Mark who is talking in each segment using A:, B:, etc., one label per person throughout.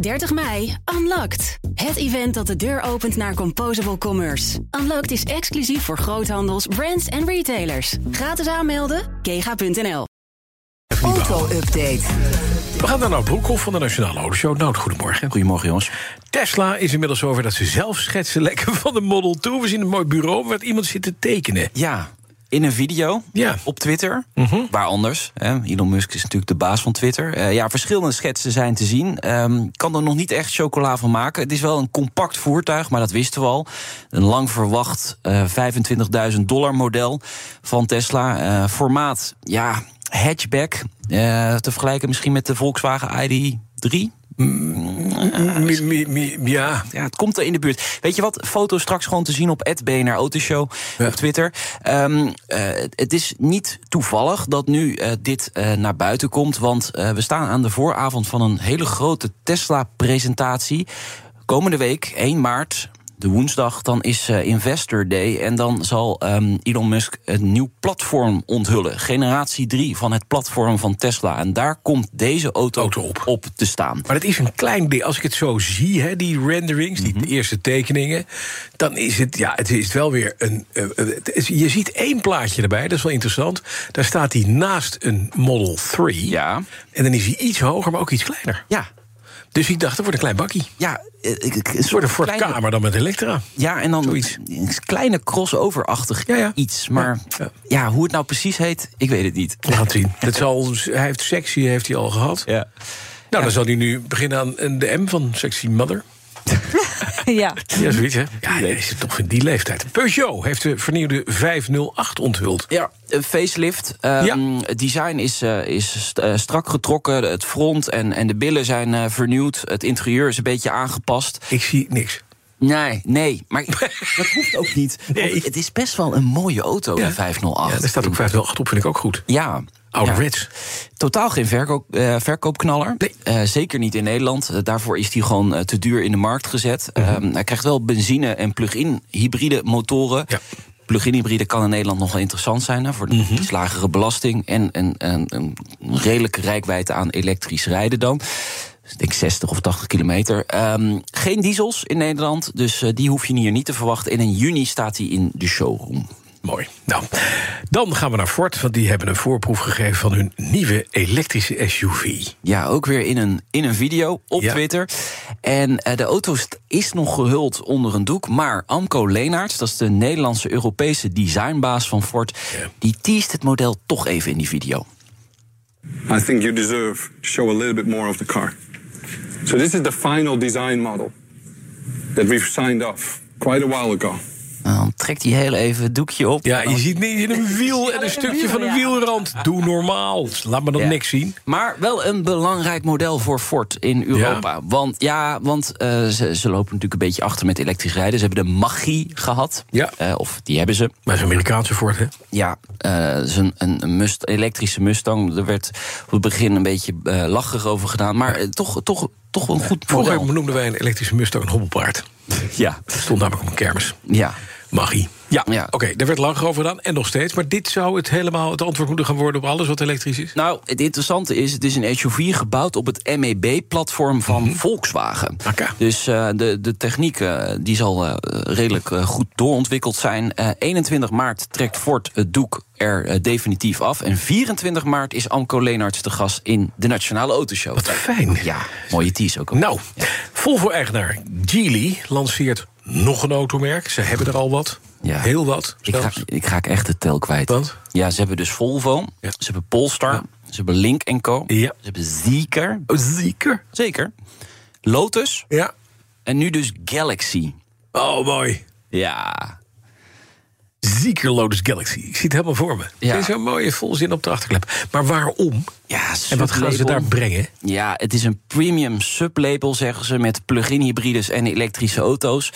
A: 30 mei, Unlocked. Het event dat de deur opent naar Composable Commerce. Unlocked is exclusief voor groothandels, brands en retailers. Gratis aanmelden, kega.nl.
B: Auto-update.
C: We gaan naar Nout Broekhoff van de Nationale Autoshow. Nout, goedemorgen.
D: Goedemorgen, jongens.
C: Tesla is inmiddels over dat ze zelf schetsen lekker van de Model 2. We zien een mooi bureau waar iemand zit te tekenen.
D: Ja, in een video eh,
C: Ja.
D: op Twitter. Waar anders? Hè? Elon Musk is natuurlijk de baas van Twitter. Eh, ja, verschillende schetsen zijn te zien. Ehm, kan er nog niet echt chocola van maken. Het is wel een compact voertuig, maar dat wisten we al. Een lang verwacht eh, 25.000 dollar model van Tesla. Eh, formaat, ja, hatchback. Eh, te vergelijken misschien met de Volkswagen E ID3.
C: Mi- mi- mi- ja,
D: ja, het komt er in de buurt. Weet je wat? Foto's straks gewoon te zien op BNR Autoshow
C: Ja.
D: op Twitter. Ehm, eh, het is niet toevallig dat nu eh, dit eh, naar buiten komt. Want eh, we staan aan de vooravond van een hele grote Tesla-presentatie. Komende week, 1 maart. De woensdag, dan is eh, Investor Day. En dan zal ehm, Elon Musk een nieuw platform onthullen. Generatie 3 van het platform van Tesla. En daar komt deze auto,
C: Auto op.
D: op te staan.
C: maar het is een klein ding. Als ik het zo zie, hè, die renderings, die eerste tekeningen... dan is het, ja, het is wel weer een... eh, eh, het is- je ziet één plaatje erbij, dat is wel interessant. Daar staat hij naast een Model 3.
D: Ja.
C: En dan is hij iets hoger, maar ook iets kleiner.
D: Ja,
C: Dus ik dacht, dat wordt een klein bakkie.
D: Ja, eh, ik- ik- een
C: Het wordt
D: soort
C: een Ford
D: kleine-
C: K, maar dan met Elektra.
D: Ja, en dan
C: Zoiets.
D: een kleine crossover-achtig
C: Ja, ja.
D: iets. Maar
C: Ja,
D: ja,
C: ja.
D: hoe het nou precies heet, ik weet het niet.
C: Laat zien. Dat zal, hij heeft sexy heeft hij al gehad.
D: Ja.
C: Nou, dan zal hij nu beginnen aan een- de M van Sexy Mother.
E: Ja.
C: Ja, zoiets, hè? Ja, hij is toch in die leeftijd. Peugeot heeft de vernieuwde 508 onthuld.
D: Ja, een facelift. Ehm,
C: Ja.
D: Het design is, eh, is st- eh, strak getrokken. Het front en, en de billen zijn eh, vernieuwd. Het interieur is een beetje aangepast.
C: Ik zie niks.
D: Nee, nee. Maar dat hoeft ook niet.
C: Nee.
D: Want het is best wel een mooie auto,
C: Ja.
D: de 508.
C: Ja, Oh, er staat ook 508 op, vind ik ook goed.
D: Ja.
C: Oude
D: ja.
C: Reds.
D: Totaal geen verkoop, eh, verkoopknaller.
C: Nee.
D: Eh, zeker niet in Nederland. Eh, daarvoor is hij gewoon eh, te duur in de markt gezet.
C: Mhm.
D: Ehm, hij krijgt wel benzine- en plug-in hybride motoren.
C: Ja. Mhm.
D: Plug-in hybride kan in Nederland nog wel interessant zijn hè, voor de iets lagere belasting. En een, een, een redelijke rijkwijde aan elektrisch rijden dan. Dus ik denk 60 of 80 kilometer. Ehm, geen diesels in Nederland, dus eh, die hoef je hier niet te verwachten. En in juni staat hij in de showroom.
C: Mooi. Nou, dan gaan we naar Ford, want die hebben een voorproef gegeven van hun nieuwe elektrische SUV.
D: Ja, ook weer in een, in een video op
C: Ja.
D: Twitter. En eh, de auto st- is nog gehuld onder een doek. Maar Amco Leenaerts, dat is de Nederlandse Europese designbaas van Ford...
C: Ja.
D: die teest het model toch even in die video.
F: I think you deserve to show a little bit more of the car. So this is the final design model that we've signed off quite a while ago.
D: Nou, Dan trekt hij heel even het doekje op.
C: Ja, Oh. je ziet niet in een wiel en een stukje van een wielrand. Doe normaal. Laat me dan
D: Ja.
C: niks zien.
D: Maar wel een belangrijk model voor Ford in Europa. Want, ja, want eh, ze, ze lopen natuurlijk een beetje achter met elektrisch rijden. Ze hebben de magie gehad.
C: Ja.
D: Eh, of die hebben ze.
C: Maar het is een Amerikaanse Ford, hè?
D: Ja, eh, is een, een een must, elektrische Mustang. Er werd op het begin een beetje eh lacherig over gedaan. Maar eh, toch, toch, toch wel een goed
C: Vroeger
D: model.
C: noemden wij een elektrische Mustang een hobbelpaard.
D: Ja.
C: Dat stond namelijk op een kermis.
D: ja.
C: Magie. Ja,
D: Ja.
C: oké, daar werd lang over gedaan en nog steeds. Maar dit zou het helemaal het antwoord moeten gaan worden op alles wat elektrisch is.
D: Nou, het interessante is, het is een SUV gebouwd op het MEB-platform van
C: Mhm.
D: Volkswagen.
C: Akka.
D: Dus eh, de, de techniek eh, die zal eh, redelijk eh, goed doorontwikkeld zijn. Eh, 21 maart trekt Ford het doek er eh, definitief af. En 24 maart is Amco Leenarts te gast in de Nationale Autoshow.
C: Wat fijn.
D: Ja, mooie tease ook. al.
C: Nou, Volvo-eigenaar Geely lanceert nog een automerk. Ze hebben er al wat.
D: Ja.
C: Heel wat.
D: Ik ga,
C: zelfs.
D: ik raak echt de tel kwijt.
C: Want?
D: Ja, ze hebben dus Volvo,
C: Ja.
D: ze hebben Polestar, ze hebben Link Co.
C: Ja. Oh,
D: Ze hebben Zeker.
C: Zeker.
D: Zeker. Lotus.
C: Ja.
D: En nu dus Galaxy.
C: Oh, mooi.
D: Ja.
C: Zeker Lotus Galaxy. Ik zie het helemaal voor me.
D: Ja.
C: Dit is een mooie volzin op de achterklep. Maar waarom?
D: ja
C: En wat gaan ze daar
D: sublabel.
C: brengen?
D: Ja, het is een premium sublabel, zeggen ze, met plug-in hybrides en elektrische auto's.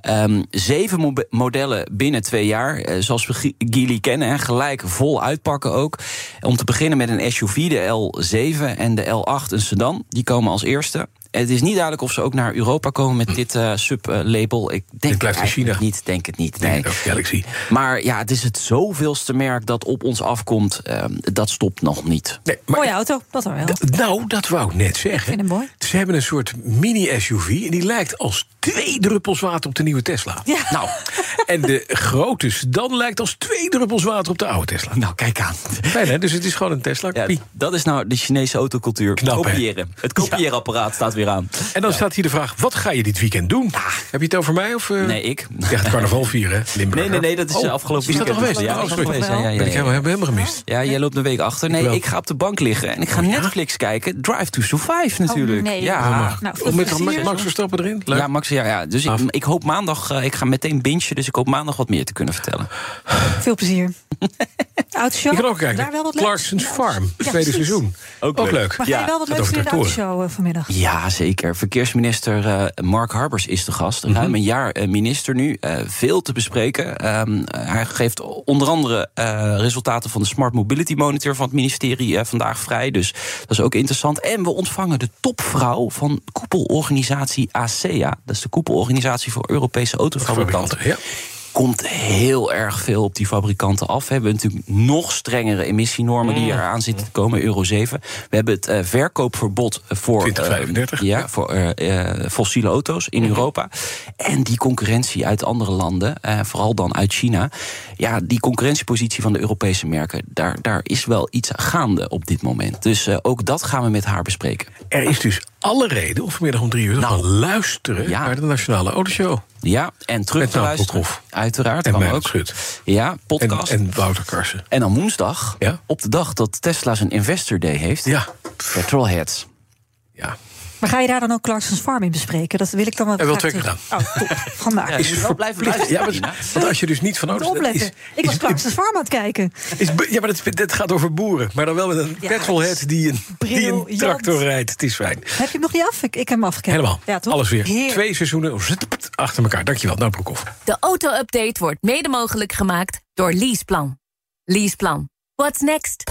D: Ehm, zeven mo- modellen binnen twee jaar, eh, zoals we Gi- Geely kennen, hè, gelijk vol uitpakken ook. Om te beginnen met een SUV, de L7 en de L8, een sedan, die komen als eerste. het is niet duidelijk of ze ook naar Europa komen met dit eh, sublabel. Ik denk
C: blijft in
D: eigenlijk
C: China.
D: niet, denk het niet.
C: Denk
D: Nee.
C: het ook, Galaxy.
D: Maar ja, het is het zoveelste merk dat op ons afkomt. ehm, dat stopt nog niet.
C: Nee, maar-
E: Mooie Oh auto, dat wel.
C: D- Nou, dat wou ik net zeggen.
E: vind hem mooi.
C: Ze hebben een soort mini-SUV en die lijkt als twee druppels water op de nieuwe Tesla.
E: Ja.
C: Nou, en de grote sedan lijkt als twee druppels water op de oude Tesla.
D: Nou, kijk aan.
C: Nee, nee, dus het is gewoon een Tesla.
D: Ja,
C: Pie.
D: dat is nou de Chinese autocultuur.
C: Knap, hè?
D: Kopiëren. Het kopieerapparaat staat weer aan.
C: En dan staat hier de vraag, wat ga je dit weekend doen? Heb je het over mij? Of, eh,
D: Ah. Nee, ik.
C: Je gaat carnaval vieren, hè? Limburger.
D: Nee, nee, nee, dat is
C: Oh,
D: eh, afgelopen
C: Is dat nog
D: weekend.
C: geweest?
D: Ja,
C: Oh,
D: dat is nog
C: sorry.
D: geweest. Ja, ja, ja,
C: Ben ik
D: ja.
C: helemaal, heb ik helemaal gemist.
D: Ja, jij loopt een week achter. Nee,
C: wel. Oh,
D: ik, ga op de bank liggen en ik ga Netflix kijken. Drive to Survive natuurlijk.
E: nee.
D: Ja.
E: Oh, Nou, veel
C: Oh, met
E: plezier.
C: Max Verstappen erin? Leuk.
D: Ja, Max, ja, ja. Dus ik, ik hoop maandag, eh, ik ga meteen bingen, dus ik hoop maandag wat meer te kunnen vertellen.
E: Veel plezier. Autoshow?
C: ik kan ook kijken.
E: Daar wel wat leuks?
C: Clarkson's
E: Ja,
C: Farm, het
E: precies.
C: tweede seizoen.
D: Ook leuk.
C: leuk.
E: Maar ga je
D: Ja,
E: wel wat
C: gaat
E: leuks
C: over
E: doen in de
C: tractoren.
E: autoshow eh, vanmiddag?
D: Ja, zeker. Verkeersminister eh, Mark Harbers is de gast. Ruim een jaar eh, minister nu. Eh, veel te bespreken. Ehm, hij geeft onder andere eh, resultaten van de Smart Mobility Monitor van het ministerie eh, vandaag vrij. Dus dat is ook interessant. En we ontvangen de topvrouw van koepelorganisatie ASEA. Dat is de koepelorganisatie voor Europese autofabrikanten.
C: Fabrikanten,
D: komt heel erg veel op die fabrikanten af. We hebben natuurlijk nog strengere emissienormen
C: Mm.
D: die eraan zitten te komen, Euro 7. We hebben het eh, verkoopverbod voor,
C: 2035,
D: eh,
C: ja.
D: ja, voor eh, eh, fossiele auto's
C: Mhm.
D: in Europa. En die concurrentie uit andere landen, eh, vooral dan uit China. Ja, die concurrentiepositie van de Europese merken, daar, daar is wel iets gaande op dit moment. Dus eh, ook dat gaan we met haar bespreken.
C: Er is dus alle reden om vanmiddag om drie uur te
D: Nou,
C: gaan luisteren
D: ja.
C: naar de Nationale Autoshow.
D: Ja, en terug
C: Met
D: te
C: Naam
D: luisteren.
C: Pothoff.
D: Uiteraard.
C: En
D: kan
C: Meijert
D: ook.
C: Schut.
D: Ja,
C: En,
D: podcast.
C: en Wouter Karsen.
D: En dan woensdag,
C: Ja?
D: op de dag dat Tesla zijn Investor Day heeft,
C: Ja.
D: Petrolheads.
C: ja.
E: Maar ga je daar dan ook Clarkson's Farm in bespreken? Dat wil ik dan wel.
C: Hij wil
E: graag
C: twee keer
E: terug. Oh, top. Vandaag.
D: Ja,
E: Ik
D: is-
E: moet
D: wel blijven luisteren,
C: Ja,
D: Nina.
C: maar, want als je dus niet van auto's... dat
E: opletten. ik was Clarkson's Farm aan het kijken.
C: is- ja, maar dat, dat gaat over boeren. Maar dan wel met een
E: Ja,
C: petrolhead die een, die een
E: briljant.
C: tractor rijdt. Het is fijn.
E: Heb je hem nog niet af? Ik, ik heb hem afgekeken.
C: Helemaal.
E: Ja, toch?
C: Alles weer.
E: Heerlijk.
C: Twee seizoenen achter elkaar. Dankjewel. Nou, Broekhoff.
G: De auto-update wordt mede mogelijk gemaakt door Leaseplan. Leaseplan. What's next?